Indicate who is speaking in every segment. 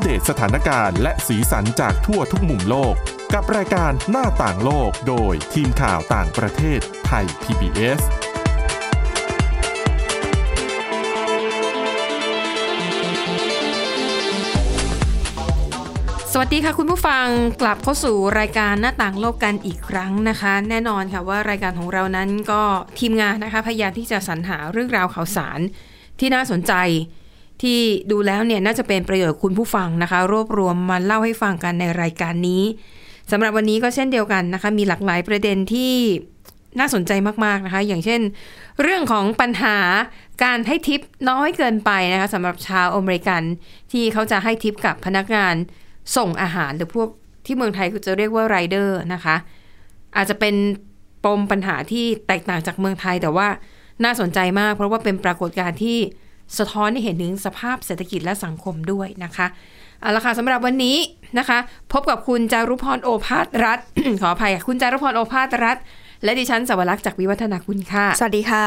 Speaker 1: เดตสถานการณ์และสีสันจากทั่วทุกมุมโลก กับรายการหน้าต่างโลกโดยทีมข่าวต่างประเทศไทย PBS
Speaker 2: สวัสดีค่ะคุณผู้ฟังกลับเข้าสู่รายการหน้าต่างโลกกันอีกครั้งนะคะ แน่นอนค่ะว่ารายการของเรานั้นก็ทีมงานนะคะพยายามที่จะสรรหาเรื่องราวข่าวสารที่น่าสนใจ ที่ดูแล้วเนี่ยน่าจะเป็นประโยชน์กับคุณผู้ฟังนะคะ รวบรวมมาเล่าให้ฟังกันในรายการนี้สำหรับวันนี้ก็เช่นเดียวกันนะคะ มีหลากหลายประเด็นที่น่าสนใจมากๆนะคะ อย่างเช่น เรื่องของปัญหาการให้ทิปน้อยเกินไปนะคะสำหรับชาวอเมริกันที่เขาจะให้ทิปกับพนักงาน ส่งอาหารหรือพวกที่เมืองไทยคือจะเรียกว่าไรเดอร์นะคะ อาจจะเป็นปมปัญหาที่แตกต่างจากเมืองไทยแต่ว่าน่าสนใจมาก เพราะว่าเป็นปรากฏการณ์ที่สะท้อนให้เห็นถึงสภาพเศรษฐกิจและสังคมด้วยนะคะเอาละค่ะสำหรับวันนี้นะคะ พบกับคุณจารุพรโอภาสรัฐ ขออภัยค่ะคุณจารุพรโอภาสรัฐ และดิฉันสวรักษ์จากวิวัฒนาคุณค่ะ
Speaker 3: สวัสดีค่ะ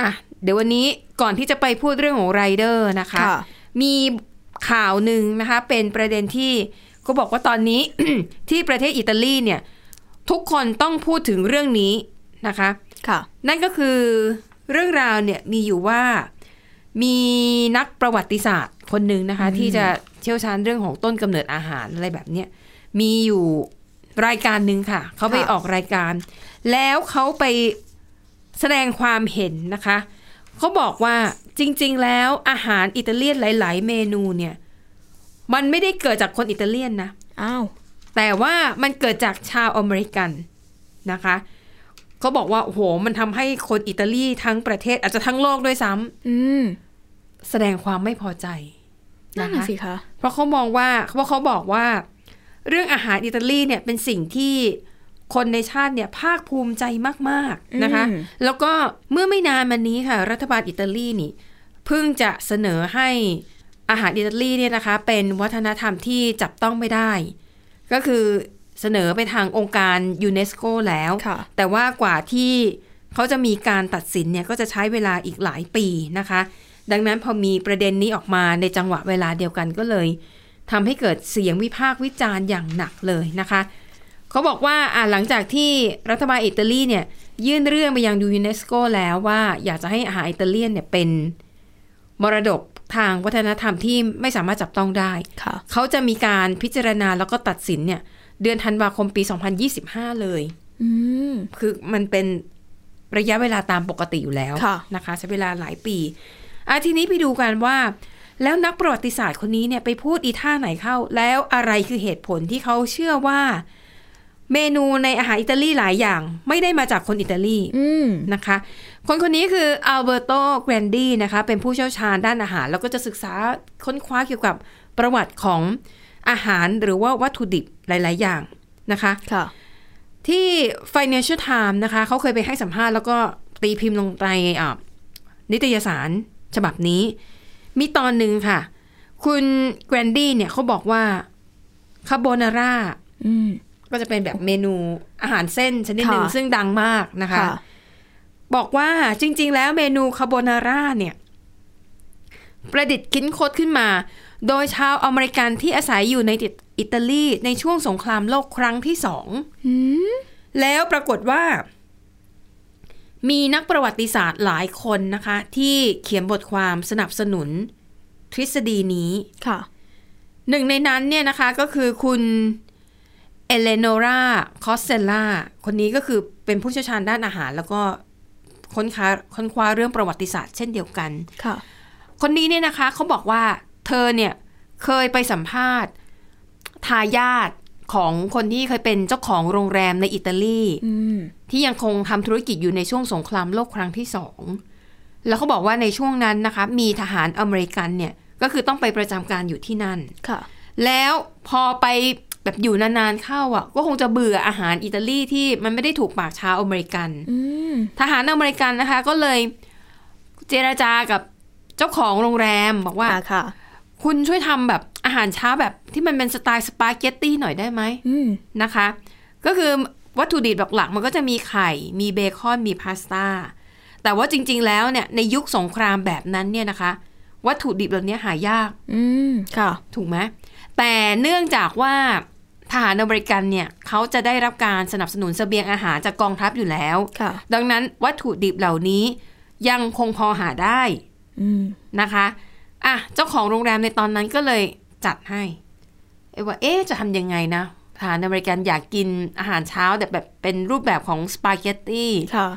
Speaker 2: อ่ะเดี๋ยววันนี้ก่อนที่จะไปพูดเรื่องของไรเดอร์นะคะ มีข่าวหนึ่งนะคะ เป็นประเด็นที่ก็บอกว่าตอนนี้ ที่ประเทศอิตาลีเนี่ย ทุกคนต้องพูดถึงเรื่องนี้นะคะ
Speaker 3: ค่ะ
Speaker 2: นั่นก็คือเรื่องราวเนี่ยมีอยู่ว่ามีนักประวัติศาสตร์คนหนึ่งนะคะ ที่จะเชี่ยวชาญเรื่องของต้นกำเนิดอาหารอะไรแบบเนี้ยมีอยู่รายการหนึ่งค่ะ เขาไป
Speaker 3: ค่ะ
Speaker 2: ออกรายการ แล้วเขาไปแสดงความเห็นนะคะ เขาบอกว่าจริง ๆ แล้วอาหารอิตาเลียนหลาย ๆ เมนูเนี่ย มันไม่ได้เกิดจากคนอิตาเลียนนะ
Speaker 3: อ้าว
Speaker 2: แต่ว่ามันเกิดจากชาวอเมริกันนะคะเขาบอกว่าโอ้โหมันทำให้คนอิตาลีทั้งประเทศอาจจะทั้งโลกด้วยซ้
Speaker 3: อืม
Speaker 2: ำแสดงความไม่พอใจ
Speaker 3: นั่
Speaker 2: นะ
Speaker 3: น
Speaker 2: คะ
Speaker 3: น่ะสิคะ
Speaker 2: เพราะเขามองว่าเพราะเขาบอกว่า เรื่องอาหารอิตาลีเนี่ยเป็นสิ่งที่คนในชาติเนี่ยภาคภูมิใจมากๆนะคะ
Speaker 3: อืม
Speaker 2: แล้วก็เมื่อไม่นานมานี้ค่ะ รัฐบาลอิตาลีนี่เพิ่งจะเสนอให้อาหารอิตาลีเนี่ยนะคะ เป็นวัฒนธรรมที่จับต้องไม่ได้ ก็คือเสนอไปทางองค์การยูเนสโกแล้ว
Speaker 3: ค่ะ
Speaker 2: แต่ว่ากว่าที่เขาจะมีการตัดสินเนี่ยก็จะใช้เวลาอีกหลายปีนะคะ ดังนั้นพอมีประเด็นนี้ออกมาในจังหวะเวลาเดียวกันก็เลยทำให้เกิดเสียงวิพากษ์วิจารณ์อย่างหนักเลยนะคะ เขาบอกว่าอ่ะหลังจากที่รัฐบาลอิตาลีเนี่ยยื่นเรื่องไปยังยูเนสโกแล้วว่าอยากจะให้อาหารอิตาเลียนเนี่ยเป็นมรดกทางวัฒนธรรมที่ไม่สามารถจับต้องได้
Speaker 3: ค่ะ
Speaker 2: เขาจะมีการพิจารณาแล้วก็ตัดสินเนี่ยเดือนธันวาคมปี 2025 เลย
Speaker 3: อืม
Speaker 2: คือมันเป็นระยะเวลาตามปกติอยู่แล้ว
Speaker 3: ค่ะ
Speaker 2: นะคะใช้เวลาหลายปีอาทีนี้ไปดูกันว่า แล้วนักประวัติศาสตร์คนนี้เนี่ยไปพูดอีท่าไหนเข้า แล้วอะไรคือเหตุผลที่เขาเชื่อว่า เมนูในอาหารอิตาลีหลายอย่าง ไม่ได้มาจากคนอิตาลี
Speaker 3: อืม
Speaker 2: นะคะคนคนนี้คืออัลเบอร์โตแกรนดีนะคะเป็นผู้เชี่ยวชาญด้านอาหาร แล้วก็จะศึกษาค้นคว้าเกี่ยวกับประวัติของอาหารหรือว่าวัตถุดิบหลาย ๆ อย่างนะคะ
Speaker 3: ค่ะ
Speaker 2: ที่ Financial Times นะคะเขาเคยไปให้สัมภาษณ์แล้วก็ตีพิมพ์ลงในอ่ะนิตยสารฉบับนี้ มีตอนหนึ่งค่ะ คุณแกรนดี้เนี่ยเขาบอกว่าคาโบนาร่า
Speaker 3: อืม
Speaker 2: ก็จะเป็นแบบเมนูอาหารเส้นชนิดหนึ่ง
Speaker 3: ค่ะ
Speaker 2: ซึ่งดังมากนะคะ
Speaker 3: ค่ะ
Speaker 2: บอกว่าจริง ๆ แล้วเมนูคาโบนาร่าเนี่ย ประดิษฐ์คิดค้นขึ้นมา โดยชาวอเมริกันที่อาศัยอยู่ในอิตาลีในช่วงสงครามโลกครั้งที่สอง
Speaker 3: อืม
Speaker 2: แล้วปรากฏว่า มีนักประวัติศาสตร์หลายคนนะคะ ที่เขียนบทความสนับสนุนทฤษฎีนี้
Speaker 3: ค่ะ
Speaker 2: หนึ่งในนั้นเนี่ยนะคะก็คือคุณเอเลโนราคอสเซล่าคนนี้ก็คือเป็นผู้เชี่ยวชาญด้านอาหาร แล้วก็ค้นค้าค้นคว้าเรื่องประวัติศาสตร์เช่นเดียวกัน
Speaker 3: ค่ะ
Speaker 2: คนนี้เนี่ยนะคะเขาบอกว่าเธอเนี่ยเคยไปสัมภาษณ์ทายาทของคนที่เคยเป็นเจ้าของโรงแรมในอิตาลี
Speaker 3: อืม
Speaker 2: ที่ยังคงทำธุรกิจอยู่ในช่วงสงครามโลกครั้งที่สอง แล้วเขาบอกว่าในช่วงนั้นนะคะ มีทหารอเมริกันเนี่ย ก็คือต้องไปประจำการอยู่ที่นั่น
Speaker 3: ค่ะ
Speaker 2: แล้วพอไปแบบอยู่นานๆเข้าอ่ะ ก็คงจะเบื่ออาหารอิตาลีที่มันไม่ได้ถูกปากชาวอเมริกัน
Speaker 3: อืม
Speaker 2: ทหารอเมริกันนะคะ ก็เลยเจราจากับเจ้าของโรงแรมบอกว่า
Speaker 3: อ่าค่ะ
Speaker 2: คุณช่วยทำแบบอาหารเช้าแบบที่มันเป็นสไตล์สปาเกตตี้หน่อยได้ไหม
Speaker 3: อืม
Speaker 2: นะคะ ก็คือวัตถุดิบหลักๆ มันก็จะมีไข่ มีเบคอน มีพาสต้า แต่ว่าจริงๆ แล้วเนี่ยในยุคสงครามแบบนั้นเนี่ยนะคะ วัตถุดิบเหล่านี้หายาก
Speaker 3: อืม ค่ะ
Speaker 2: ถูกไหมแต่เนื่องจากว่าทหารอเมริกันเนี่ยเขาจะได้รับการสนับสนุนเสบียงอาหารจากกองทัพอยู่แล้ว
Speaker 3: ค่ะ
Speaker 2: ดังนั้นวัตถุดิบเหล่านี้ยังคงพอหาได้
Speaker 3: อืม
Speaker 2: นะคะอ่ะเจ้าของโรงแรมในตอนนั้นก็เลยจัดให้เอยว่าเอ๊ะจะทำยังไงนะทหารอเมริกันอยากกินอาหารเช้าแบบแบบเป็นรูปแบบของสปาเกตตี้
Speaker 3: ค่ะ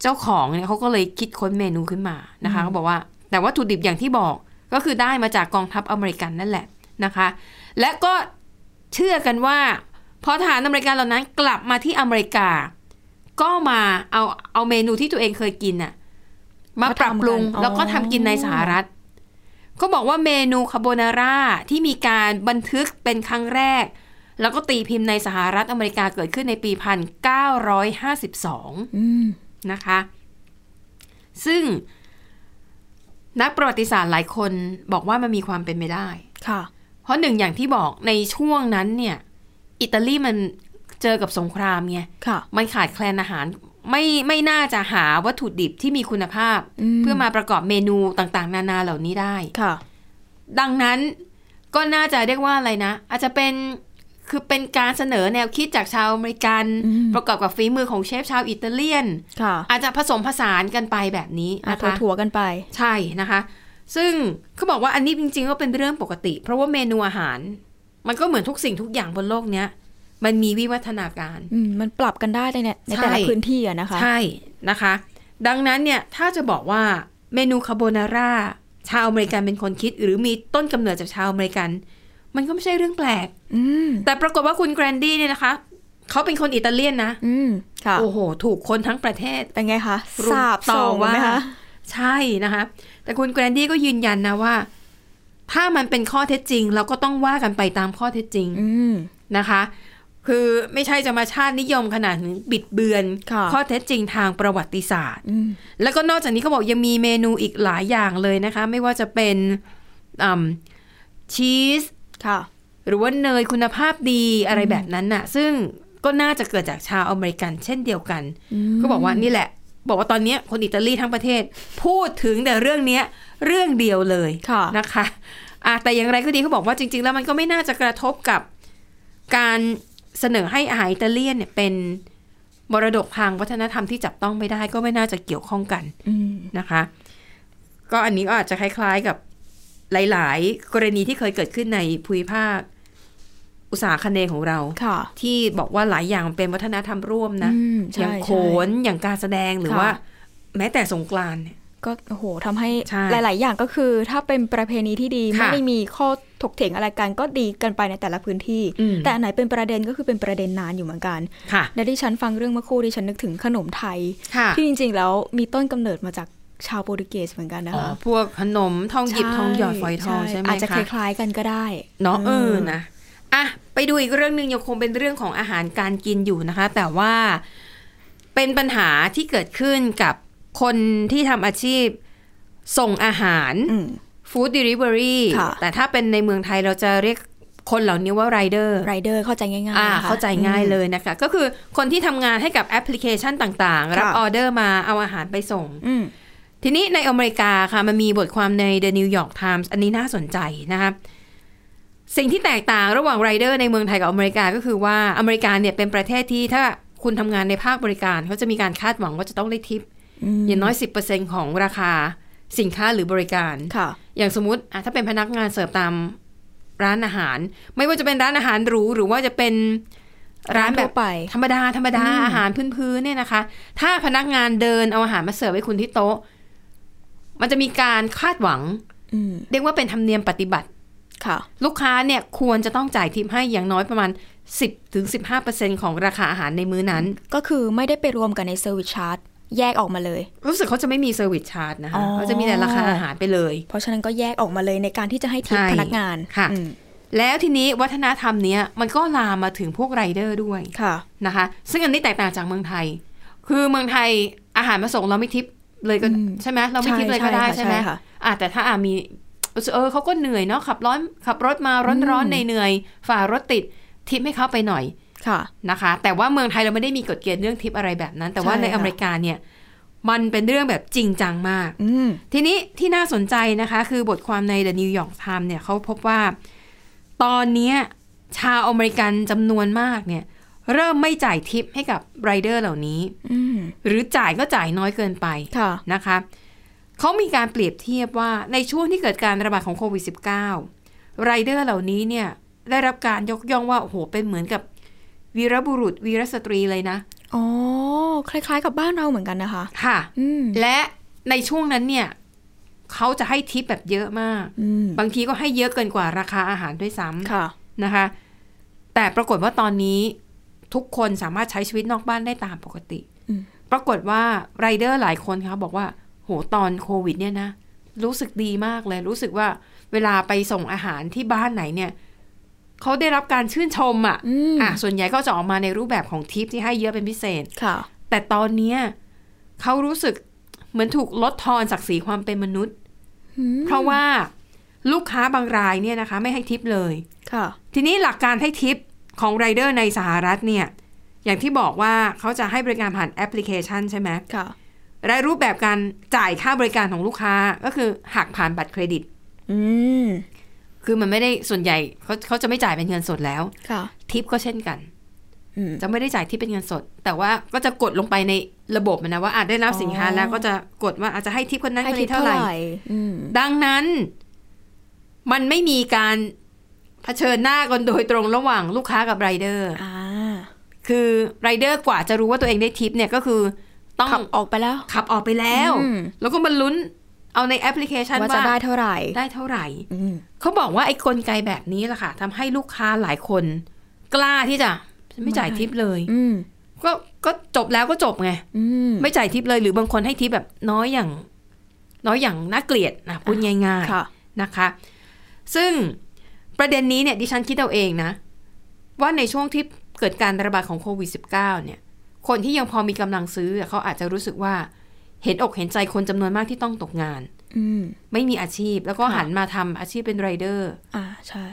Speaker 2: เจ้าของเนี่ยเขาก็เลยคิดค้นเมนูขึ้นมานะคะเขาบอกว่าแต่วัตถุดิบอย่างที่บอกก็คือได้มาจากกองทัพอเมริกันนั่นแหละนะคะ และก็เชื่อกันว่าพอทหารอเมริกันเหล่านั้นกลับมาที่อเมริกา ก็มาเอาเอาเมนูที่ตัวเองเคยกินน่ะมาปรับปรุง
Speaker 3: มาทำกันอ๋อ
Speaker 2: แล้วก็ทำกินในสหรัฐ ก็บอกว่าเมนูคาโบนาร่าที่มีการบันทึกเป็นครั้งแรก แล้วก็ตีพิมพ์ในสหรัฐอเมริกาเกิดขึ้นในปี 1952
Speaker 3: อืม
Speaker 2: นะคะ ซึ่งนักประวัติศาสตร์หลายคนบอกว่ามันมีความเป็นไปได้
Speaker 3: ค่ะ
Speaker 2: เพราะหนึ่งอย่างที่บอกในช่วงนั้นเนี่ย อิตาลีมันเจอกับสงครามไง
Speaker 3: ค่ะ
Speaker 2: มันขาดแคลนอาหารไม่ไม่น่าจะหาวัตถุดิบที่มีคุณภาพ
Speaker 3: อืม
Speaker 2: เพื่อมาประกอบเมนูต่างๆ นานาเหล่านี้ได้
Speaker 3: ค่ะ
Speaker 2: ดังนั้นก็น่าจะเรียกว่าอะไรนะ อาจจะเป็นคือเป็นการเสนอแนวคิดจากชาวอเมริกัน
Speaker 3: อืม
Speaker 2: ประกอบกับฝีมือของเชฟชาวอิตาเลียน
Speaker 3: ค่ะ
Speaker 2: อาจจะผสมผสานกันไปแบบนี้
Speaker 3: อ่ะ
Speaker 2: นะคะ
Speaker 3: ถั่วๆกันไป
Speaker 2: ใช่นะคะ ซึ่งเขาบอกว่าอันนี้จริงๆก็เป็นเรื่องปกติ เพราะว่าเมนูอาหาร มันก็เหมือนทุกสิ่งทุกอย่างบนโลกเนี้ย มันมีวิวัฒนาการ
Speaker 3: อืม มันปรับกันได้ในเนี่ยใน
Speaker 2: ใช่
Speaker 3: แต่ละพื้นที่อะนะคะ
Speaker 2: ใช่นะคะ ดังนั้นเนี่ยถ้าจะบอกว่าเมนูคาโบนาร่าชาวอเมริกันเป็นคนคิด หรือมีต้นกำเนิดจากชาวอเมริกัน มันก็ไม่ใช่เรื่องแปลก
Speaker 3: อืม
Speaker 2: แต่ปรากฏว่าคุณแกรนดี้เนี่ยนะคะเขาเป็นคนอิตาเลียนนะ
Speaker 3: อืม ค่ะ
Speaker 2: โอ้โห ถูกคนทั้งประเทศ
Speaker 3: เป็นไงคะ
Speaker 2: รุม
Speaker 3: สาบส่งไหมคะ
Speaker 2: ใช่นะคะ แต่คุณแกรนดี้ก็ยืนยันนะว่า ถ้ามันเป็นข้อเท็จจริง เราก็ต้องว่ากันไปตามข้อเท็จจริง
Speaker 3: อืม
Speaker 2: นะคะ คือไม่ใช่จะมาชาตินิยมขนาดถึงบิดเบือน
Speaker 3: ค่ะ
Speaker 2: ข้อเท็จจริงทางประวัติศาสตร์
Speaker 3: อืม
Speaker 2: แล้วก็นอกจากนี้เขาบอกยังมีเมนูอีกหลายอย่างเลยนะคะ ไม่ว่าจะเป็นชีส
Speaker 3: ค่ะ
Speaker 2: หรือว่าเนยคุณภาพดีอะไรแบบนั้นน่ะ ซึ่งก็น่าจะเกิดจากชาวอเมริกันเช่นเดียวกัน ก็บอกว่านี่แหละ บอกว่าตอนเนี้ยคนอิตาลีทั้งประเทศ พูดถึงแต่เรื่องเนี้ยเรื่องเดียวเลย
Speaker 3: ค่ะ
Speaker 2: นะคะอ่ะแต่อย่างไรก็ดีเขาบอกว่าจริง ๆ แล้วมันก็ไม่น่าจะกระทบกับการเสนอให้อาหารอิตาเลียนเนี่ยเป็นมรดกทางวัฒนธรรมที่จับต้องไม่ได้ ก็ไม่น่าจะเกี่ยวข้องกัน
Speaker 3: อืม
Speaker 2: นะคะก็อันนี้ก็อาจจะคล้ายๆกับหลายๆ กรณีที่เคยเกิดขึ้นในภูมิภาค อุตสาหคเนย์ของเรา
Speaker 3: ค่ะ
Speaker 2: ที่บอกว่าหลายอย่างเป็นวัฒนธรรมร่วมนะ
Speaker 3: อืม
Speaker 2: อย่า
Speaker 3: ใช่
Speaker 2: งโข
Speaker 3: ใช่
Speaker 2: นอย่างการแสดงหรือ
Speaker 3: ค่ะ
Speaker 2: ว่า แม้แต่สงกรานต์เนี่ย
Speaker 3: ก็โอ้โหทำให้
Speaker 2: ใช่
Speaker 3: หลาย ๆ อย่างก็คือ ถ้าเป็นประเพณีที่ดี
Speaker 2: ค่ะ
Speaker 3: ไม่ได้มีข้อถกเถียงอะไรกันก็ดีกันไปในแต่ละพื้นที่
Speaker 2: อืม
Speaker 3: แต่อันไหนเป็นประเด็นก็คือเป็นประเด็นนานอยู่เหมือนกัน
Speaker 2: ค่ะ
Speaker 3: และที่ฉันฟังเรื่องเมื่อครู่ดิฉันนึกถึงขนมไทย
Speaker 2: ค่ะ
Speaker 3: ที่จริง ๆ แล้วมีต้นกำเนิดมาจากชาวโปรตุเกสเหมือนกันนะ
Speaker 2: อ๋อ
Speaker 3: คะ
Speaker 2: พวกขนมทองหยิบ
Speaker 3: ใช่
Speaker 2: ทองหยอดฝอยทองใช่ไหม
Speaker 3: อาจจะค
Speaker 2: คะ
Speaker 3: ล้าย ๆ กันก็ได้
Speaker 2: เนาะเออ
Speaker 3: อืม
Speaker 2: นะอ่ะไปดูอีกเรื่องหนึ่งยังคงเป็นเรื่องของอาหารการกินอยู่นะคะ แต่ว่าเป็นปัญหาที่เกิดขึ้นกับคนที่ทำอาชีพส่งอาหาร
Speaker 3: อืม
Speaker 2: ฟู้ดเดลิเวอรี่
Speaker 3: ค่ะ
Speaker 2: แต่ถ้าเป็นในเมืองไทยเราจะเรียกคนเหล่านี้ว่าไรเดอร์
Speaker 3: ไรเดอร์เข้าใจง่ายๆ
Speaker 2: อ่า
Speaker 3: นะคะ
Speaker 2: เข้าใจง่ายเลยนะคะ ก็คือคนที่ทำงานให้กับแอปพลิเคชันต่างๆ รับ
Speaker 3: ค่ะ
Speaker 2: ออเดอร์มาเอาอาหารไปส่ง
Speaker 3: อืม
Speaker 2: ทีนี้ในอเมริกาค่ะ มันมีบทความใน The New York Times อันนี้น่าสนใจนะคะสิ่งที่แตกต่างระหว่างไรเดอร์ในเมืองไทยกับอเมริกาก็คือว่าอเมริกาเนี่ยเป็นประเทศที่ถ้าคุณทำงานในภาคบริการเขาจะมีการคาดหวังว่าจะต้องได้ทิป
Speaker 3: ม
Speaker 2: อย่างน้อย 10%ของราคาสินค้าหรือบริการ
Speaker 3: ค่ะ
Speaker 2: อย่างสมมติอ่ะถ้าเป็นพนักงานเสิร์ฟตามร้านอาหาร ไม่ว่าจะเป็นร้านอาหารหรูหรือว่าจะเป็นร้านแบบ
Speaker 3: ทั่วไป
Speaker 2: ธรรมดา ธรรมดา
Speaker 3: อืม
Speaker 2: อาหารพื้นๆเนี่ยนะคะ ถ้าพนักงานเดินเอาอาหารมาเสิร์ฟให้คุณที่โต๊ะ มันจะมีการคาดหวัง
Speaker 3: อืม
Speaker 2: เรียกว่าเป็นธรรมเนียมปฏิบัติ
Speaker 3: ค่ะ
Speaker 2: ลูกค้าเนี่ยควรจะต้องจ่ายทิปให้อย่างน้อยประมาณ 10-15%ของราคาอาหารในมื้อนั้น
Speaker 3: ก็คือไม่ได้ไปรวมกันในเซอร์วิสชาร์ตแยกออกมาเลย
Speaker 2: รู้สึกเขาจะไม่มีเซอร์วิสชาร์จนะ
Speaker 3: อ๋
Speaker 2: คะ
Speaker 3: อ
Speaker 2: เขาจะมีแต่ราคาอาหารไปเลย
Speaker 3: เพราะฉะนั้นก็แยกออกมาเลยในการที่จะให้ทิป
Speaker 2: ใช่
Speaker 3: พนักงาน
Speaker 2: ค่ะ
Speaker 3: อืม
Speaker 2: แล้วทีนี้วัฒนธรรมเนี้ยมันก็ลามมาถึงพวกไรเดอร์ด้วย
Speaker 3: ค่ะ
Speaker 2: นะคะซึ่งอันนี้แตกต่างจากเมืองไทย คือเมืองไทยอาหารมาส่งเราไม่ทิปเลยก็
Speaker 3: อืม
Speaker 2: ใช่ไหมเราไม่ทิปเลยก็ได้
Speaker 3: ใช่ค่ะ
Speaker 2: ใช่ไหม
Speaker 3: ใช่ค่ะ
Speaker 2: อ่ะแต่ถ้าอามีรู้สึกเออเขาก็เหนื่อยเนาะขับร้อนขับรถมาร้อนร้อน
Speaker 3: อืม
Speaker 2: เหนื่อยๆฝ่ารถติดทิปให้เขาไปหน่อย
Speaker 3: ค่ะ
Speaker 2: นะคะ แต่ว่าเมืองไทยเราไม่ได้มีกฎเกณฑ์เรื่องทิปอะไรแบบนั้น แต่ว่า
Speaker 3: ใช่
Speaker 2: ใน
Speaker 3: ค่ะ
Speaker 2: อเมริกาเนี่ย มันเป็นเรื่องแบบจริงจังมาก
Speaker 3: อืม
Speaker 2: ทีนี้ที่น่าสนใจนะคะ คือบทความใน The New York Times เนี่ยเขาพบว่าตอนเนี้ยชาวอเมริกันจำนวนมากเนี่ยเริ่มไม่จ่ายทิปให้กับไรเดอร์เหล่านี้
Speaker 3: อืม
Speaker 2: หรือจ่ายก็จ่ายน้อยเกินไป
Speaker 3: ค่ะ
Speaker 2: นะคะเขามีการเปรียบเทียบว่าในช่วงที่เกิดการระบาดของโควิด -19 ไรเดอร์เหล่านี้เนี่ยได้รับการยกย่องว่าโอ้โหเป็นเหมือนกับวีรบุรุษวีรสตรีเลยนะ
Speaker 3: อ๋อ คล้ายๆกับบ้านเราเหมือนกันนะคะ
Speaker 2: ค่ะ
Speaker 3: อืม
Speaker 2: และในช่วงนั้นเนี่ยเขาจะให้ทิปแบบเยอะมาก
Speaker 3: อืม
Speaker 2: บางทีก็ให้เยอะเกินกว่าราคาอาหารด้วยซ้
Speaker 3: ค่ะ
Speaker 2: ำนะคะ แต่ปรากฏว่าตอนนี้ทุกคนสามารถใช้ชีวิตนอกบ้านได้ตามปกติ
Speaker 3: อืม
Speaker 2: ปรากฏว่าไรายเดอร์หลายคนเขาบอกว่า โหตอนโควิดเนี่ยนะ รู้สึกดีมากเลย รู้สึกว่าเวลาไปส่งอาหารที่บ้านไหนเนี่ย เขาได้รับการชื่นชมอะ
Speaker 3: อืม
Speaker 2: อ่ะ ส่วนใหญ่ก็จะออกมาในรูปแบบของทิปที่ให้เยอะเป็นพิเศษ
Speaker 3: ค่ะ
Speaker 2: แต่ตอนเนี้ยเขารู้สึกเหมือนถูกลดทอนศักดิ์ศรีความเป็นมนุษย์
Speaker 3: อืม
Speaker 2: เพราะว่าลูกค้าบางรายเนี่ยนะคะ ไม่ให้ทิปเลย
Speaker 3: ค่ะ
Speaker 2: ทีนี้หลักการให้ทิปของไรายเดอร์ในสหรัฐเนี่ยอย่างที่บอกว่าเขาจะให้บริการผ่านแอปพลิเคชันใช่ไหม
Speaker 3: ค่ะ
Speaker 2: รายรูปแบบการจ่ายค่าบริการของลูกค้าก็คือหักผ่านบัตรเครดิต
Speaker 3: อืม
Speaker 2: คือมันไม่ได้ส่วนใหญ่เขาเขาจะไม่จ่ายเป็นเงินสดแล้ว
Speaker 3: ค่ะ
Speaker 2: ทิปก็เช่นกัน
Speaker 3: อืม
Speaker 2: จะไม่ได้จ่ายที่เป็นเงินสด แต่ว่าก็จะกดลงไปในระบบนะว่าอาจได้รับสินค้า
Speaker 3: อ๋อ
Speaker 2: แล้วก็จะกดว่าอาจจะให้ทิปคนนั้น
Speaker 3: ให้
Speaker 2: คน
Speaker 3: ทิป
Speaker 2: นี้
Speaker 3: เท่า
Speaker 2: เท่า
Speaker 3: ไห
Speaker 2: ไหร่
Speaker 3: ร่ อืม
Speaker 2: ดังนั้นมันไม่มีการเผชิญหน้ากันโดยตรงระหว่างลูกค้ากับไรายเดอร์
Speaker 3: อ่า
Speaker 2: คือไรายเดอร์กว่าจะรู้ว่าตัวเองได้ทิปเนี่ยก็คือต้อง
Speaker 3: ขับออกไปแล้ว
Speaker 2: ขับออกไปแล้ว
Speaker 3: อืม
Speaker 2: แล้วก็มาลุ้นเอาในแอปพลิเคชัน
Speaker 3: ว่าจะ
Speaker 2: ว่า
Speaker 3: ได้เท่าไหร่
Speaker 2: ได้เท่าไหร่
Speaker 3: อืม
Speaker 2: เขาบอกว่าไอ้กลไกแบบนี้แหละค่ะทำให้ลูกค้าหลายคน กล้าที่จะไม่จ่ายทิปเลย
Speaker 3: อืม
Speaker 2: ก็ก็จบแล้วก็จบไง
Speaker 3: อืม
Speaker 2: ไม่จ่ายทิปเลยหรือบางคนให้ทิปแบบน้อยอย่าง น้อยอย่างน่าเกลียดนะพูดง่าย
Speaker 3: ค่ะ
Speaker 2: ๆนะคะ ซึ่งประเด็นนี้เนี่ยดิฉันคิดเอาเองนะ ว่าในช่วงที่เกิดการระบาดของโควิด -19 เนี่ย คนที่ยังพอมีกำลังซื้อเขาอาจจะรู้สึกว่าเห็นอกเห็นใจคนจำนวนมากที่ต้องตกงาน
Speaker 3: อืม
Speaker 2: ไม่มีอาชีพแล้วก็
Speaker 3: ค่ะ
Speaker 2: หันมาทำอาชีพเป็นไรายเดอร์
Speaker 3: อ่า ใช่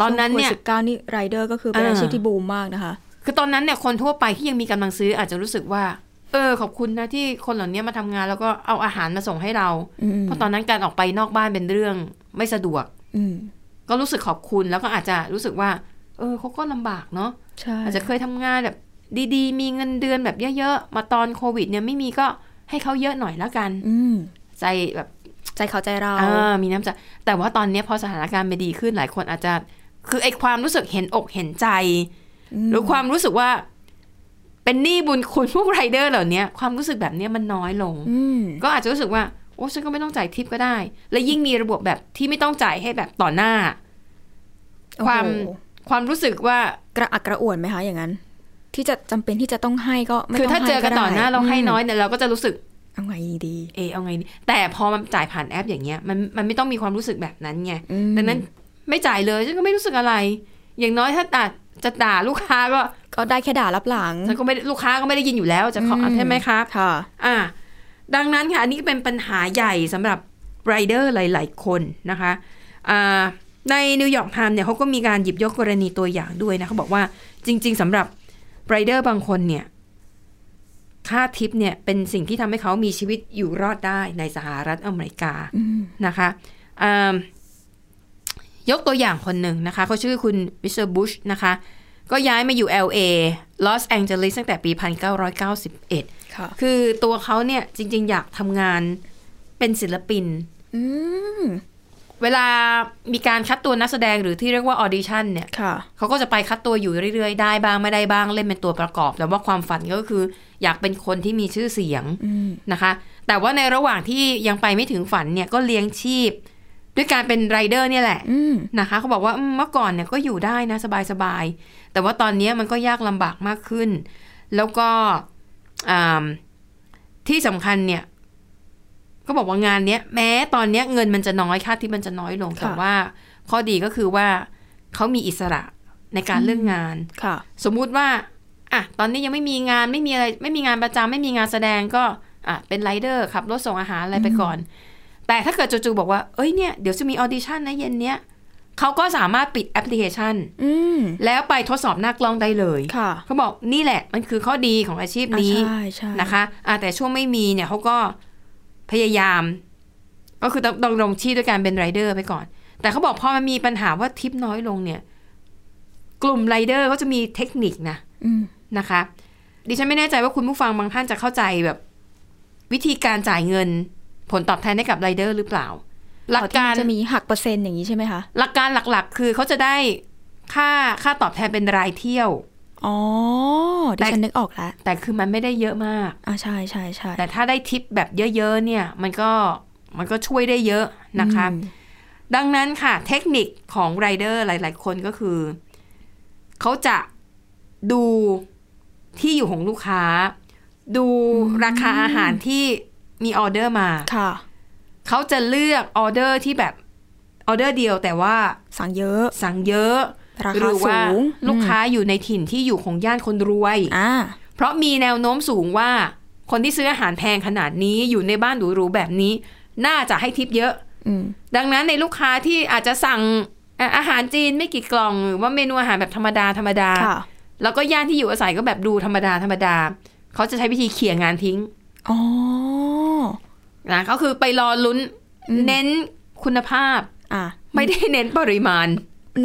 Speaker 2: ตอนนั้นเนี่ย
Speaker 3: สิบเก้านี่ไรเดอร์ก็คือเป็น
Speaker 2: เอออ
Speaker 3: อาชีพที่บูมมากนะคะ
Speaker 2: คือตอนนั้นเนี่ยคนทั่วไปที่ยังมีกำลังซื้ออาจจะรู้สึกว่า เออ ขอบคุณนะที่คนเหล่านี้มาทำงานแล้วก็เอาอาหารมาส่งให้เรา
Speaker 3: อืม
Speaker 2: เพราะตอนนั้นการออกไปนอกบ้านเป็นเรื่องไม่สะดวก
Speaker 3: อืม
Speaker 2: ก็รู้สึกขอบคุณแล้วก็อาจจะรู้สึกว่า เออเขาก็ลำบากเนาะ
Speaker 3: ใช่
Speaker 2: อาจจะเคยทำงานแบบ ดีๆ มีเงินเดือนแบบเยอะๆ มาตอนโควิดเนี่ยไม่มีก็ให้เขาเยอะหน่อยละกัน
Speaker 3: อืม
Speaker 2: ใจแบบ
Speaker 3: ใจเขาใจเรา
Speaker 2: อ่ามีน้ำใจแต่ว่าตอนเนี้ยพอสถานการณ์มันดีขึ้นหลายคนอาจจะ คือไอ้ความรู้สึกเห็นอกเห็นใจ
Speaker 3: อืม
Speaker 2: หรือความรู้สึกว่าเป็นหนี้บุญคุณพวกไรเดอร์เหล่าเนี้ยความรู้สึกแบบเนี้ยมันน้อยลง
Speaker 3: อืม
Speaker 2: ก็อาจจะรู้สึกว่า โอ้ฉันก็ไม่ต้องจ่ายทิปก็ได้ และยิ่งมีระบบแบบที่ไม่ต้องจ่ายให้แบบต่อหน้า
Speaker 3: โอ้โห
Speaker 2: ความความรู้สึกว่าก
Speaker 3: ระอักกระอ่วนไหมคะอย่างนั้น ที่จะจำเป็นที่จะต้องให้ก็ไม่
Speaker 2: คือ
Speaker 3: ต้ง
Speaker 2: ถ้าเจอกัน
Speaker 3: ได้
Speaker 2: ต่อหน้าเราให้น้อย
Speaker 3: ม
Speaker 2: เนี่ยเราก็จะรู้สึก
Speaker 3: เอาไงดี
Speaker 2: เออเอาไงดีแต่พอมันจ่ายผ่านแอปอย่างเงี้ยมันมันไม่ต้องมีความรู้สึกแบบนั้นไง
Speaker 3: อืม
Speaker 2: ดังนั้นไม่จ่ายเลยฉันก็ไม่รู้สึกอะไร อย่างน้อยถ้าตัดจะด่าลูกค้าก็
Speaker 3: ก็ได้แค่ด่ารับหลัง
Speaker 2: ฉันก็ไม่ได้ลูกค้าก็ไม่ได้ยินอยู่แล้วจะขอใช่ไหมครับ
Speaker 3: ค่ะ
Speaker 2: อ่าดังนั้นค่ะอันนี้เป็นปัญหาใหญ่สำหรับไรเดอร์หลาย ๆ คนนะคะอ่าในนิวยอร์กไทม์เนี่ยเขาก็มีการหยิบยกกรณีตัวอย่างด้วยนะเขาบอกว่าจริง ๆสำหรับไรเดอร์บางคนเนี่ย ค่าทิปเนี่ยเป็นสิ่งที่ทำให้เขามีชีวิตอยู่รอดได้ในสหรัฐอเมริกา
Speaker 3: อืม
Speaker 2: นะคะอ่ายกตัวอย่างคนหนึ่งนะคะเขาชื่อคุณมิสเตอร์บุชนะคะ ก็ย้ายมาอยู่ LA ลอสแองเจลิสตั้งแต่ปี 1991
Speaker 3: ค่ะ
Speaker 2: คือตัวเขาเนี่ยจริงๆ อยากทำงานเป็นศิลปิน
Speaker 3: อืม
Speaker 2: เวลามีการคัดตัวนักแสดงหรือที่เรียกว่าออดิชั่นเนี่ย
Speaker 3: ค่ะ
Speaker 2: เขาก็จะไปคัดตัวอยู่เรื่อยๆ ได้บ้างไม่ได้บ้างเล่นเป็นตัวประกอบ แต่ว่าความฝันก็คืออยากเป็นคนที่มีชื่อเสียง
Speaker 3: อืม
Speaker 2: นะคะ แต่ว่าในระหว่างที่ยังไปไม่ถึงฝันเนี่ยก็เลี้ยงชีพ ด้วยการเป็นไรเดอร์เนี่ยแหละ
Speaker 3: อืม
Speaker 2: นะคะเขาบอกว่าอืมเมื่อก่อนเนี่ยก็อยู่ได้นะสบายๆ แต่ว่าตอนเนี้ยมันก็ยากลำบากมากขึ้น แล้วก็อ่าที่สำคัญเนี่ยก็บอกว่างานเนี้ยแม้ตอนเนี้ยเงินมันจะน้อยค่าที่มันจะน้อยลง
Speaker 3: ค่ะ
Speaker 2: แต่ว่าข้อดีก็คือว่าเขามีอิสระในการเลือกงาน
Speaker 3: ค่ะ
Speaker 2: สมมุติว่าอ่ะตอนนี้ยังไม่มีงานไม่มีอะไร ไม่มีงานประจำไม่มีงานแสดงก็อ่ะเป็นไรเดอร์ขับรถส่งอาหารอะไรไปก่อน แต่ถ้าเกิดจู่ๆบอกว่าเอ้ยเนี่ยเดี๋ยวจะมีออดิชั่นนะเย็นเนี้ย เขาก็สามารถปิดแอปพลิเคชัน
Speaker 3: อืม
Speaker 2: แล้วไปทดสอบหน้ากล้องได้เลย
Speaker 3: ค่ะ
Speaker 2: เขาบอกนี่แหละมันคือข้อดีของอาชีพนี้
Speaker 3: อ่าใช่ใช่
Speaker 2: นะคะอ่าแต่ช่วงไม่มีเนี่ยเขาก็พยายาม ก็คือต้องดำรงชีพด้วยการเป็นไรเดอร์ไปก่อน แต่เขาบอกพอมันมีปัญหาว่าทิปน้อยลงเนี่ย กลุ่มไรเดอร์เขาจะมีเทคนิคนะ
Speaker 3: อืม
Speaker 2: นะคะ ดิฉันไม่แน่ใจว่าคุณผู้ฟังบางท่านจะเข้าใจแบบ วิธีการจ่ายเงิน ผลตอบแทนให้กับไรเดอร์หรือเปล่า หลักการ
Speaker 3: จะมีหักเปอร์เซ็นต์อย่างนี้ใช่ไหมคะ
Speaker 2: หลักการหลักๆ คือเขาจะได้ค่าค่าตอบแทนเป็นรายเที่ยว
Speaker 3: อ๋อดิฉันนึกออกแล้ว
Speaker 2: แต่คือมันไม่ได้เยอะมาก
Speaker 3: อ่าใช่ใช่ใช่
Speaker 2: แต่ถ้าได้ทิปแบบเยอะๆเนี่ย มันก็มันก็ช่วยได้เยอะนะคะ
Speaker 3: อืม
Speaker 2: ดังนั้นค่ะ เทคนิคของไรเดอร์หลาย ๆ คนก็คือ เขาจะดูที่อยู่ของลูกค้า ดูราคาอาหารที่มีออเดอร์มา
Speaker 3: ค่ะ
Speaker 2: เขาจะเลือกออเดอร์ที่แบบออเดอร์เดียวแต่ว่า
Speaker 3: สั่งเยอะ
Speaker 2: สั่งเยอะ
Speaker 3: รา
Speaker 2: ห
Speaker 3: คา
Speaker 2: รืว่า
Speaker 3: สูง
Speaker 2: ลูกค้าอยู่ในถิ่นที่อยู่ของย่านคนรวย
Speaker 3: อ่า
Speaker 2: เพราะมีแนวโน้มสูงว่าคนที่ซื้ออาหารแพงขนาดนี้อยู่ในบ้านหรูๆแบบนี้ น่าจะให้ทิปเยอะ
Speaker 3: อืม
Speaker 2: ดังนั้นในลูกค้าที่อาจจะสั่งอ่ะอาหารจีนไม่กี่กล่อง หรือว่าเมนูอาหารแบบธรรมดาธรรมดา
Speaker 3: ค่ะ
Speaker 2: แล้วก็ย่านที่อยู่อาศัยก็แบบดูธรรมดาธรรมดา เขาจะใช้วิธีเขี่ยงานทิ้ง
Speaker 3: อ๋อ
Speaker 2: นะก็คือไปรอลุ้น
Speaker 3: อืม
Speaker 2: เน้นคุณภาพ
Speaker 3: อ่ะ
Speaker 2: ไม่ได้เน้นปริมาณ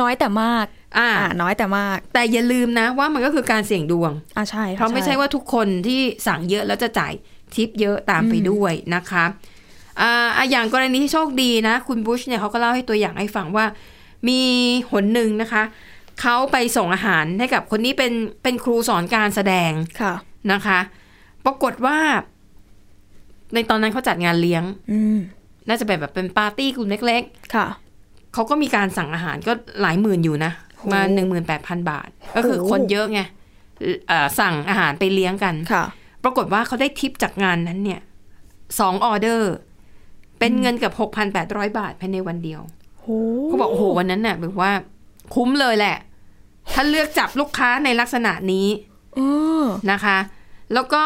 Speaker 3: น้อยแต่มาก
Speaker 2: อ่า
Speaker 3: อ่า น้อยแต่มาก
Speaker 2: แต่อย่าลืมนะว่ามันก็คือการเสี่ยงดวง
Speaker 3: อ่าใช่ค่ะ
Speaker 2: เพราะไม่ใช่ว่าทุกคนที่สั่งเยอะแล้วจะจ่ายทิปเยอะตามไปด้วยนะคะอ่าอ่ะอย่างกรณีที่โชคดีนะ คุณบุชเนี่ยเขาก็เล่าให้ตัวอย่างให้ฟังว่า มีหนหนึ่งนะคะ เขาไปส่งอาหารให้กับคนนี้เป็นเป็นครูสอนการแสดง
Speaker 3: ค่ะ
Speaker 2: นะคะ ปรากฏว่า ในตอนนั้นเขาจัดงานเลี้ยง
Speaker 3: อืม
Speaker 2: น่าจะเป็นแบบเป็นปาร์ตี้กลุ่มเล็ก
Speaker 3: ค่ะ
Speaker 2: ๆเขาก็มีการสั่งอาหารก็หลายหมื่นอยู่นะประมาหนึ่งหมื่นแปดพันบาท ก็คือคนเยอะไงเอ่อสั่งอาหารไปเลี้ยงกัน
Speaker 3: ค่ะ
Speaker 2: ปรากฏว่าเขาได้ทิปจากงานนั้นเนี่ยสองออเดอร์ เป็นเงินเกับ 6,800 บาทภายในวันเดียว
Speaker 3: โห
Speaker 2: เขาบอกโอ้โหวันนั้นน่ะแบบว่าคุ้มเลยแหละ ถ้าเลือกจับลูกค้าในลักษณะนี้
Speaker 3: เออ
Speaker 2: นะคะ แล้วก็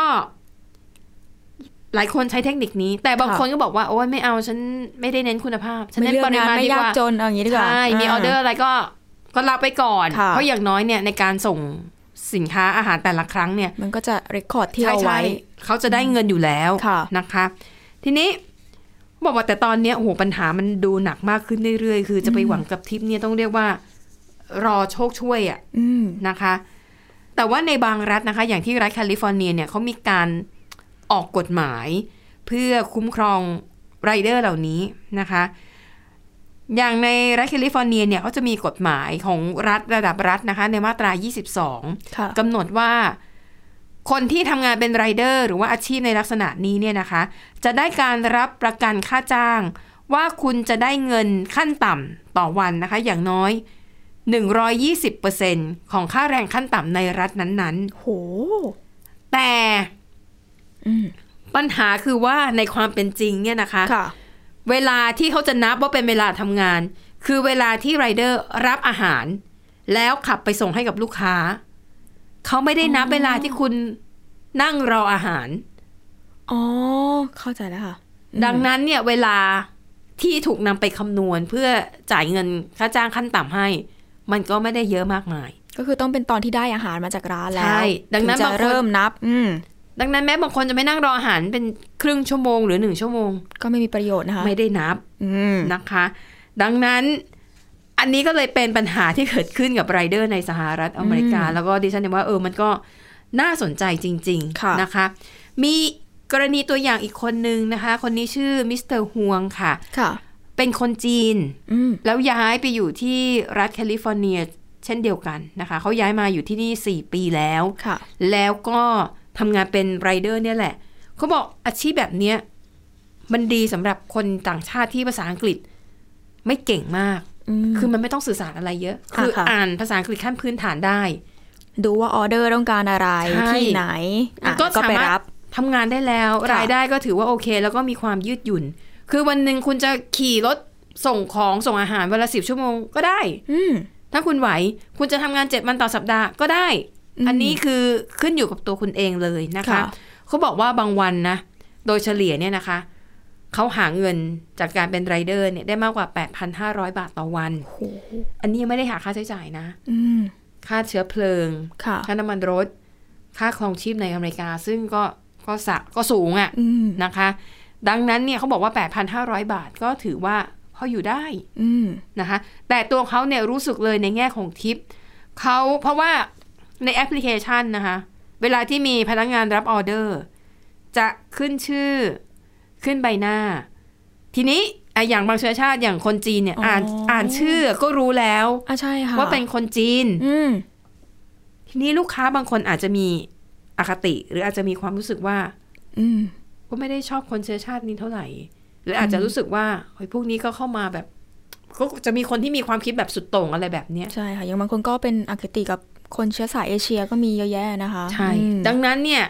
Speaker 2: หลายคนใช้เทคนิคนี้ แต่บาง
Speaker 3: ค่ะ
Speaker 2: คนก็บอกว่า โอ้ยไม่เอาฉันไม่ได้เน้นคุณภาพ ฉัน
Speaker 3: ไม่
Speaker 2: เน้นปริ
Speaker 3: เลือกงาน
Speaker 2: มาณ
Speaker 3: ไม่
Speaker 2: ดี
Speaker 3: ยาก ก
Speaker 2: ว่า
Speaker 3: จนเอาอย่างนี้ดีกว่า
Speaker 2: ใช่มีออเดอร์
Speaker 3: า
Speaker 2: อะไรก็ก็รับไปก่อน
Speaker 3: ค่ะ
Speaker 2: เพราะอย่างน้อยเนี่ยในการส่งสินค้าอาหารแต่ละครั้งเนี่ย
Speaker 3: มันก็จะเรคคอร์ดที่
Speaker 2: ใช่
Speaker 3: เอา
Speaker 2: ใช่
Speaker 3: ไว้
Speaker 2: เขาจะได้เงินอยู่แล้ว
Speaker 3: ค่ะ
Speaker 2: นะคะ ทีนี้บอกว่าแต่ตอนเนี้ยโอ้โหปัญหามันดูหนักมากขึ้นเรื่อยๆ คือจะไปหวังกับทิปเนี่ยต้องเรียกว่า รอโชคช่วยอะ
Speaker 3: อืม
Speaker 2: นะคะ แต่ว่าในบางรัฐนะคะ อย่างที่รัฐแคลิฟอร์เนียเนี่ยเขามีการออกกฎหมาย เพื่อคุ้มครองไรเดอร์เหล่านี้นะคะ อย่างในรัฐแคลิฟอร์เนียเนี่ยเขาจะมีกฎหมายของรัฐระดับรัฐนะคะ ในมาตรา 22
Speaker 3: ค่ะ
Speaker 2: กำหนดว่าคนที่ทำงานเป็นไรายเดอร์ หรือว่าอาชีพในลักษณะนี้เนี่ยนะคะ จะได้การรับประกันค่าจ้าง ว่าคุณจะได้เงินขั้นต่ำต่อวันนะคะ อย่างน้อย 120%ของค่าแรงขั้นต่ำในรัฐนั้น
Speaker 3: โห
Speaker 2: ๆ แต่
Speaker 3: อืม
Speaker 2: ปัญหาคือว่าในความเป็นจริงเนี่ยนะคะ
Speaker 3: ค่ะ
Speaker 2: เวลาที่เขาจะนับว่าเป็นเวลาทำงาน คือเวลาที่ไรายเดอร์รับอาหาร แล้วขับไปส่งให้กับลูกค้า เขาไม่ได้นับเวลาที่คุณนั่งรออาหาร
Speaker 3: อ๋อ เข้าใจแล้วค่ะอืม
Speaker 2: ดังนั้นเนี่ยเวลาที่ถูกนำไปคำนวณเพื่อจ่ายเงินค่าจ้างขั้นต่ำให้ มันก็ไม่ได้เยอะมากมาย
Speaker 3: ก็คือต้องเป็นตอนที่ได้อาหารมาจากร้านแล้ว
Speaker 2: ใช่ดังนั้น
Speaker 3: ถึจะ
Speaker 2: บางคน
Speaker 3: เริ่มนับ อืม
Speaker 2: ดังนั้นแม้บางคนจะไม่นั่งรออาหารเป็นครึ่งชั่วโมงหรือหนึ่งชั่วโมง
Speaker 3: ก็ไม่มีประโยชน์นะคะ
Speaker 2: ไม่ได้นับ
Speaker 3: อืม
Speaker 2: นะคะ ดังนั้นอันนี้ก็เลยเป็นปัญหาที่เกิดขึ้นกับไรายเดอร์ในสหรัฐอเมริกา แล้วก็ดิฉันเห็นว่าเออมันก็น่าสนใจจริง
Speaker 3: ค่ะ
Speaker 2: ๆนะคะมีกรณีตัวอย่างอีกคนนึงนะคะ คนนี้ชื่อมิสเตอร์ฮวงค่ะ
Speaker 3: ค่ะ
Speaker 2: เป็นคนจีน
Speaker 3: อืม
Speaker 2: แล้วย้ายไปอยู่ที่รัฐแคลิฟอร์เนีย เช่นเดียวกันนะคะ เขาย้ายมาอยู่ที่นี่ 4 ปีแล้ว
Speaker 3: ค่ะ
Speaker 2: แล้วก็ทำงานเป็นไรเดอร์เนี่ยแหละ เขาบอกอาชีพแบบเนี้ยมันดีสำหรับคนต่างชาติที่ภาษาอังกฤษ ไม่เก่งมาก
Speaker 3: อืม
Speaker 2: คือมันไม่ต้องสื่อสารอะไรเยอะ
Speaker 3: ค่ะ
Speaker 2: คือ
Speaker 3: ค่ะ
Speaker 2: อ่านภาษาอังกฤษขั้นพื้นฐานได้
Speaker 3: ดูว่าออเดอร์ต้องการอะไร
Speaker 2: ใช่
Speaker 3: ที่ไหนอ่ะ
Speaker 2: ก็
Speaker 3: ก็
Speaker 2: สา
Speaker 3: ไป
Speaker 2: มารถ
Speaker 3: รับ
Speaker 2: ทำงานได้แล้ว
Speaker 3: ค่ะ
Speaker 2: รายได้ก็ถือว่าโอเค แล้วก็มีความยืดหยุ่น คือวันหนึ่งคุณจะขี่รถส่งของส่งอาหารวันละสิบชั่วโมงก็ได้
Speaker 3: อืม
Speaker 2: ถ้าคุณไหว คุณจะทำงานเจ็ดวันต่อสัปดาห์ก็ได้
Speaker 3: อืม
Speaker 2: อันนี้คือขึ้นอยู่กับตัวคุณเองเลยนะคะ
Speaker 3: ค่ะ
Speaker 2: เขาบอกว่าบางวันนะ โดยเฉลี่ยเนี่ยนะคะ เขาหาเงินจากการเป็นไรเดอร์เนี่ยได้มากกว่า 8,500 บาทต่อวัน
Speaker 3: โห
Speaker 2: อันนี้ยังไม่ได้หาค่าใช้จ่ายนะ
Speaker 3: อืม
Speaker 2: ค่าเชื้อเพลิง
Speaker 3: ค่ะ
Speaker 2: ค่าน้ำมันรถ ค่าครองชีพในอเมริกา ซึ่งก็ก็สะก็สูงอะ่ะ
Speaker 3: อืม
Speaker 2: นะคะ ดังนั้นเนี่ยเขาบอกว่า 8,500 บาทก็ถือว่าพออยู่ได้
Speaker 3: อืม
Speaker 2: นะคะ แต่ตัวเขาเนี่ยรู้สึกเลยในแง่ของทิปเขาเพราะว่าในแอปพลิเคชันนะคะ เวลาที่มีพนักงานรับออเดอร์ จะขึ้นชื่อขึ้นใบหน้า ทีนี้อ่ะอย่างบางเชื้อชาติอย่างคนจีนเนี่ยอ่านอ่านชื่อก็รู้แล้ว
Speaker 3: อ่ะใช่ค่ะ
Speaker 2: ว่าเป็นคนจีน
Speaker 3: อืม
Speaker 2: ทีนี้ลูกค้าบางคนอาจจะมีอคติ หรืออาจจะมีความรู้สึกว่า
Speaker 3: อืม
Speaker 2: ก็ไม่ได้ชอบคนเชื้อชาตินี้เท่าไหร่ หรืออาจจะรู้สึกว่าเฮ้ยพวกนี้ก็เข้ามาแบบก็จะมีคนที่มีความคิดแบบสุดโต่งอะไรแบบเนี้ย
Speaker 3: ใช่ค่ะยังบางคนก็เป็นอคติกับคนเชื้อสายเอเชียก็มีเยอะแยะนะคะอืม
Speaker 2: ดังนั้นเนี่ย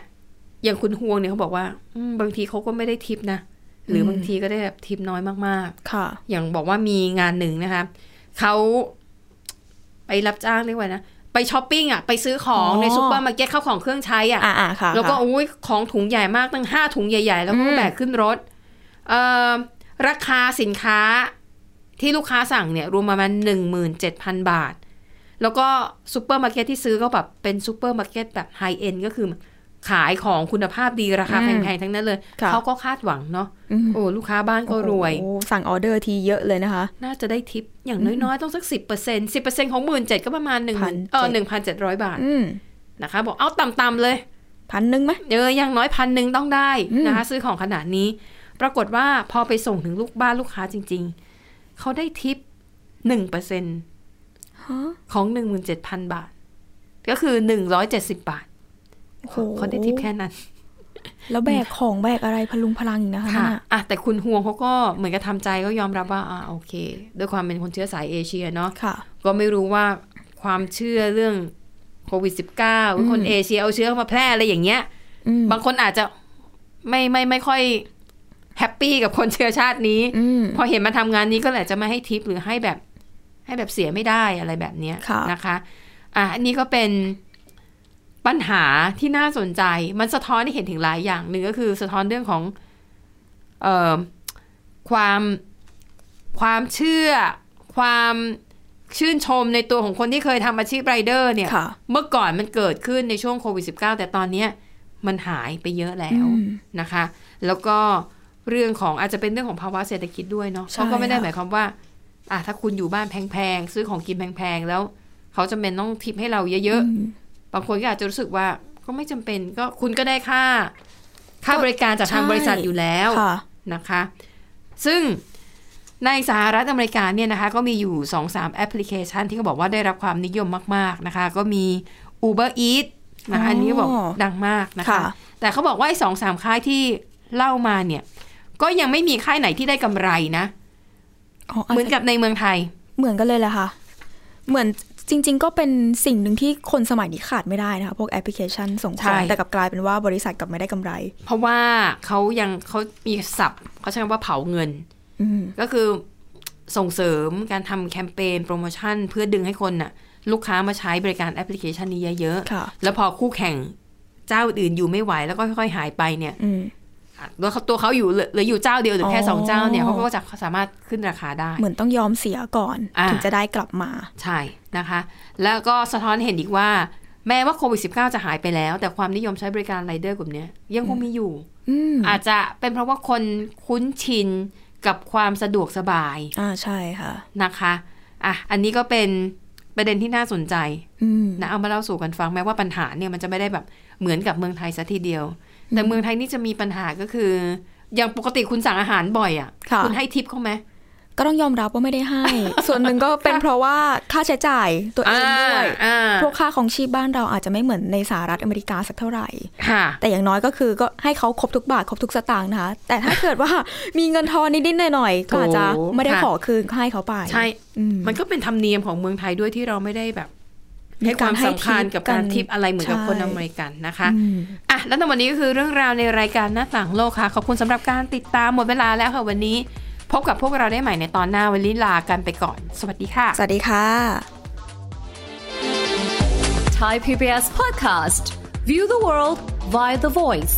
Speaker 2: อย่างคุณฮวงเนี่ยเขาบอกว่าอืมบางทีเขาก็ไม่ได้ทิปนะ หรืออ
Speaker 3: ม
Speaker 2: บางทีก็ได้แบบทิปน้อยมาก
Speaker 3: ค่ะ
Speaker 2: ๆ อย่างบอกว่ามีงานหนึ่งนะคะเขาไปรับจ้างเรียกว่านะไปช้อปปิ้งอ่ะไปซื้อของ
Speaker 3: อ๋อ
Speaker 2: ในซุปเปอร์มาร์เก็ตเข้าของเครื่องใช้อ่ะ
Speaker 3: อ่าอ่าค่ะ
Speaker 2: แล้วก็
Speaker 3: ค่ะ
Speaker 2: อุ้ยของถุงใหญ่มากตั้งห้าถุงใหญ่ ๆ แล้วก็
Speaker 3: อืม
Speaker 2: แบกขึ้นรถเอ่อราคาสินค้าที่ลูกค้าสั่งเนี่ยรวมประมาณหนึ่งหมื่นเจ็ดพันบาท แล้วก็ซูเปอร์มาร์เก็ตที่ซื้อก็แบบเป็นซูเปอร์มาร์เก็ตแบบไฮเอ็นก็คือขายของคุณภาพดีราคาแพง ๆ ทั้งนั้นเลย
Speaker 3: ค่ะ
Speaker 2: เขาก็คาดหวังเนาะ
Speaker 3: อืม
Speaker 2: โอ้ลูกค้าบ้านก็รวย
Speaker 3: โอ้โหสั่งออเดอร์ทีเยอะเลยนะคะ
Speaker 2: น่าจะได้ทิปอย่างน้อย ๆ ต้องสักสิบเปอร์เซ็นสิบเปอร์เซ็นของหมื่นเจ็ดก็ประมาณหนึ่งเออหนึ่งพันเจ็ดร้อยบาท
Speaker 3: อืม
Speaker 2: นะคะ บอกเอาต่ำๆเลย
Speaker 3: พันหนึ่งไหม
Speaker 2: เอออย่างน้อยพันหนึ่งต้องได้
Speaker 3: อืม
Speaker 2: นะคะ ซื้อของขนาดนี้ ปรากฏว่าพอไปส่งถึงลูกบ้านลูกค้าจริง ๆ เขาได้ทิปหนึ่งเปอร์เซ็น
Speaker 3: ฮะ
Speaker 2: ของหนึ่งหมื่นเจ็ดพันบาท ก็คือหนึ่งร้อยเจ็ดสิบบาท
Speaker 3: โอ้โห
Speaker 2: เขาได้ทิปแค่นั้น
Speaker 3: แล้วแบกของแบกอะไรพลุงพลังอีกนะคะ
Speaker 2: ค่ะ
Speaker 3: นั่นน่ะ
Speaker 2: อ่ะแต่คุณฮวงเขาก็เหมือนกับทำใจก็ยอมรับว่าอ่าโอเค ด้วยความเป็นคนเชื้อสายเอเชียเนาะ
Speaker 3: ค่ะ
Speaker 2: ก็ไม่รู้ว่าความเชื่อเรื่องโควิด -19 หรือคน
Speaker 3: อืม
Speaker 2: เอเชียเอาเชื้อมาแพร่อะไรอย่างเงี้ย
Speaker 3: อืม
Speaker 2: บางคนอาจจะไม่ไม่ไม่ค่อยแฮปปี้กับคนเชื้อชาตินี้
Speaker 3: อืม
Speaker 2: พอเห็นมาทำงานนี้ก็แหละจะไม่ให้ทิปหรือให้แบบ ให้แบบเสียไม่ได้อะไรแบบเนี้ย
Speaker 3: ค่ะ
Speaker 2: นะคะ อ่ะอันนี้ก็เป็นปัญหาที่น่าสนใจ มันสะท้อนให้เห็นถึงหลายอย่างหนึ่งก็คือสะท้อนเรื่องของ เอ่อความความเชื่อ ความชื่นชมในตัวของคนที่เคยทำอาชีพไรเดอร์เนี่ย
Speaker 3: ค่ะ
Speaker 2: เมื่อก่อนมันเกิดขึ้นในช่วงโควิด -19 แต่ตอนเนี้ยมันหายไปเยอะแล้ว
Speaker 3: อืม
Speaker 2: นะคะ แล้วก็เรื่องของอาจจะเป็นเรื่องของภาวะเศรษฐกิจด้วยเนาะ
Speaker 3: ใช่
Speaker 2: เขาก็ไม่ได้
Speaker 3: ค่ะ
Speaker 2: หมายความว่าอ่ะถ้าคุณอยู่บ้านแพงๆ ซื้อของกินแพงๆ แล้ว เขาจำเป็นต้องทิปให้เราเยอะ
Speaker 3: ม
Speaker 2: ๆ บางคนก็อาจจะรู้สึกว่าก็ไม่จำเป็นก็คุณก็ได้ค่า ค่าบริการจากทาง
Speaker 3: ใช่
Speaker 2: บริษัทอยู่แล้ว
Speaker 3: ค่ะ
Speaker 2: นะคะ ซึ่งในสหรัฐอเมริกาเนี่ยนะคะ ก็มีอยู่ 2-3 แอปพลิเคชันที่เขาบอกว่าได้รับความนิยมมาก ๆ นะคะ ก็มี Uber Eats นะคะ
Speaker 3: อ๋ออั
Speaker 2: อันนี้บอกดังมากนะคะ
Speaker 3: ค่ะ
Speaker 2: แต่เขาบอกว่าไอ้สองสามค่ายที่เล่ามาเนี่ย ก็ยังไม่มีค่ายไหนที่ได้กำไรนะ
Speaker 3: อ๋ออาจ
Speaker 2: เหมือน
Speaker 3: จะ
Speaker 2: กับในเมืองไทย
Speaker 3: เหมือนกันเลยแหละค่ะ เหมือนจริง ๆ ก็เป็นสิ่งหนึ่งที่คนสมัยนี้ขาดไม่ได้นะคะ พวกแอปพลิเคชันส่งข
Speaker 2: ใช่
Speaker 3: องแต่กลับกลายเป็นว่าบริษัทกลับไม่ได้กำไร
Speaker 2: เพราะว่าเขายังเขามีศัพท์เขาใช้คำว่าเผาเงิน
Speaker 3: อืม
Speaker 2: ก็คือส่งเสริมการทำแคมเปญโปรโมชั่น เพื่อดึงให้คนน่ะลูกค้ามาใช้บริการแอปพลิเคชันนี้เยอะๆ
Speaker 3: ค่ะ
Speaker 2: แล้วพอคู่แข่งเจ้าอื่นอยู่ไม่ไหวแล้วก็ค่อยๆหายไปเนี่ย
Speaker 3: อืม
Speaker 2: แล้วเขาตัวเขาอยู่เหลือเหลืออยู่เจ้าเดียวหรือแค่
Speaker 3: อ๋อ
Speaker 2: สองเจ้าเนี่ยเขาก็จะสามารถขึ้นราคาได้
Speaker 3: เหมือนต้องยอมเสียก่อน
Speaker 2: อ่า
Speaker 3: ถึงจะได้กลับมา
Speaker 2: ใช่นะคะ แล้วก็สะท้อนเห็นอีกว่า แม้ว่าโควิด -19 จะหายไปแล้ว แต่ความนิยมใช้บริการไรเดอร์กลุ่มเนี้ยยังคงมีอยู่
Speaker 3: อืม
Speaker 2: อาจจะเป็นเพราะว่าคนคุ้นชินกับความสะดวกสบาย
Speaker 3: อ่าใช่ค่ะ
Speaker 2: นะคะอ่ะอันนี้ก็เป็นประเด็นที่น่าสนใจ
Speaker 3: อืม
Speaker 2: นะเอามาเล่าสู่กันฟังแม้ว่าปัญหาเนี่ยมันจะไม่ได้แบบเหมือนกับเมืองไทยซะทีเดียว แต่เมืองไทยนี่จะมีปัญหาก็คือ อย่างปกติคุณสั่งอาหารบ่อยอะ
Speaker 3: ค่ะ
Speaker 2: ่ะ คุณให้ทิปเขาไหม
Speaker 3: ก็ต้องยอมรับว่าไม่ได้ให้ ส่วนหนึ่งก็เป็นเพราะว่าค่าใช้จ่ายตัวเองด้วย
Speaker 2: อ่า
Speaker 3: พวกค่าของชีพบ้านเราอาจจะไม่เหมือนในสหรัฐอเมริกาสักเท่าไหร่
Speaker 2: ค่ะ
Speaker 3: แต่อย่างน้อยก็คือก็ให้เขาครบทุกบาท ครบทุกสตางค์นะคะ แต่ถ้าเกิดว่า มีเงินทอนนิดๆหน่อยๆก็อาจจะ
Speaker 2: ถูก
Speaker 3: ไม่ได้
Speaker 2: ค่ะ
Speaker 3: ขอคืนก็ให้เขาไป
Speaker 2: ใช่
Speaker 3: อืม
Speaker 2: มันก็เป็นธรรมเนียมของเมืองไทยด้วยที่เราไม่ได้แบบให้ความสำคัญกับการทิปอะไรเหมือนกับคนอเมริกันนะคะ
Speaker 3: อืม
Speaker 2: อ่ะแล้วทั้งหมดนี้ก็คือเรื่องราวในรายการหน้าต่างโลกค่ะ ขอบคุณสำหรับการติดตามหมดเวลาแล้วค่ะวันนี้ พบกับพวกเราได้ใหม่ในตอนหน้าวันนี้ลากันไปก่อน สวัสดีค่ะ
Speaker 3: สวัสดีค่ะ
Speaker 4: Thai PBS podcast. View the world via the voice.